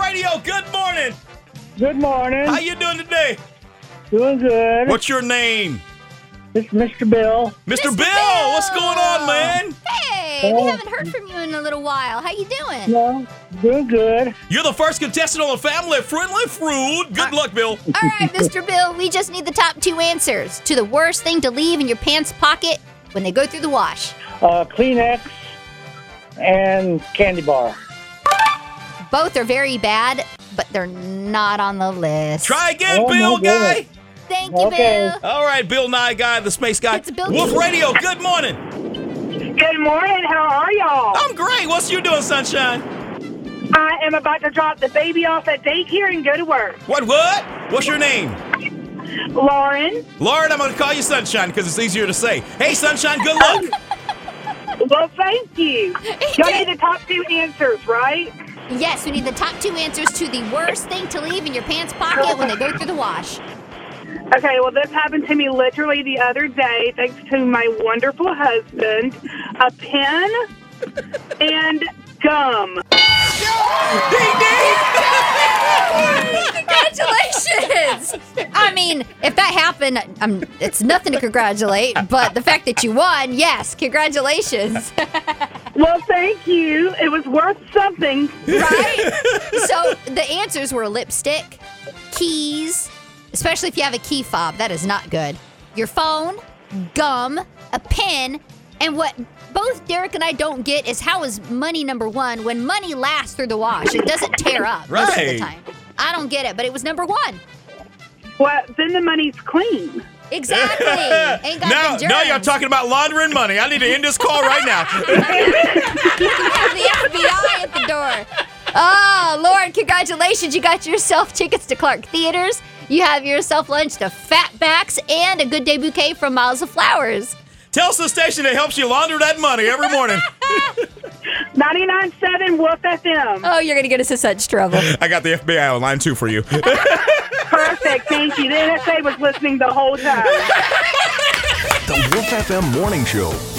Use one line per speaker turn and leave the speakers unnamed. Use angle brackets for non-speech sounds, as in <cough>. Radio. Good morning.
Good morning.
How you doing today?
Doing good.
What's your name?
It's Mr. Bill.
Mr.
Mr.
Bill, what's
Bill.
going on, man?
Hey, we
Oh.
haven't heard from you in a little while. How you
<laughs>
doing?
No, doing good.
You're the first contestant on the Family Friendly Food. Good luck, Bill.
All right, Mr. Bill, we just need the top two answers to the worst thing to leave in your pants pocket when they go through the wash.
Uh, Kleenex and candy bar.
Both are very bad, but they're not on the list.
Try again,
Oh, my
Bill Guy.
goodness.
Thank you,
Okay.
Bill.
All right, Bill Nye Guy, the space guy.
It's Bill
Wolf
Nye.
Radio, good morning.
Good morning. How are y'all?
I'm great. What's you doing, sunshine?
I am about to drop the baby off at daycare and go to work.
What, what? What's your name?
Lauren,
Lauren, I'm going to call you Sunshine because it's easier to say. Hey, Sunshine, good
Oh,
luck.
well, thank you. Y'all need the top two answers, right?
Yes, we need the top two answers to the worst thing to leave in your pants pocket when they go through the wash.
Okay, well, this happened to me literally the other day, thanks to my wonderful husband. A pen and gum.
ding, ding.
Congratulations! I mean, if that happened, um, it's nothing to congratulate, but the fact that you won, yes, congratulations.
Well, thank you. It was worth something.
Right?
<laughs>
so the answers were lipstick, keys, especially if you have a key fob, that is not good. Your phone, gum, a pen, and what both Derek and I don't get is how is money number one when money lasts through the wash? It doesn't tear up most of the
Right.
time. I don't get it, but it was number one.
Well, then the money's clean.
<laughs>
Exactly. Ain't got
now,
the
now you're
germs.
talking about laundering money. I need to end this call right
<laughs>
now.
You have the FBI at the door. Oh, Lauren, congratulations. You got yourself tickets to Clark Theaters. You have yourself lunch to Fatbacks and a good day bouquet from Miles of Flowers.
Tell us the station that helps you launder that money every morning.
99.7 Wolf
<laughs>
FM.
Oh, you're going to get us in such trouble.
I got the FBI on line two
<laughs>
for you.
Perfect. Thank you. The NSA was listening the whole time.
The Wolf FM Morning Show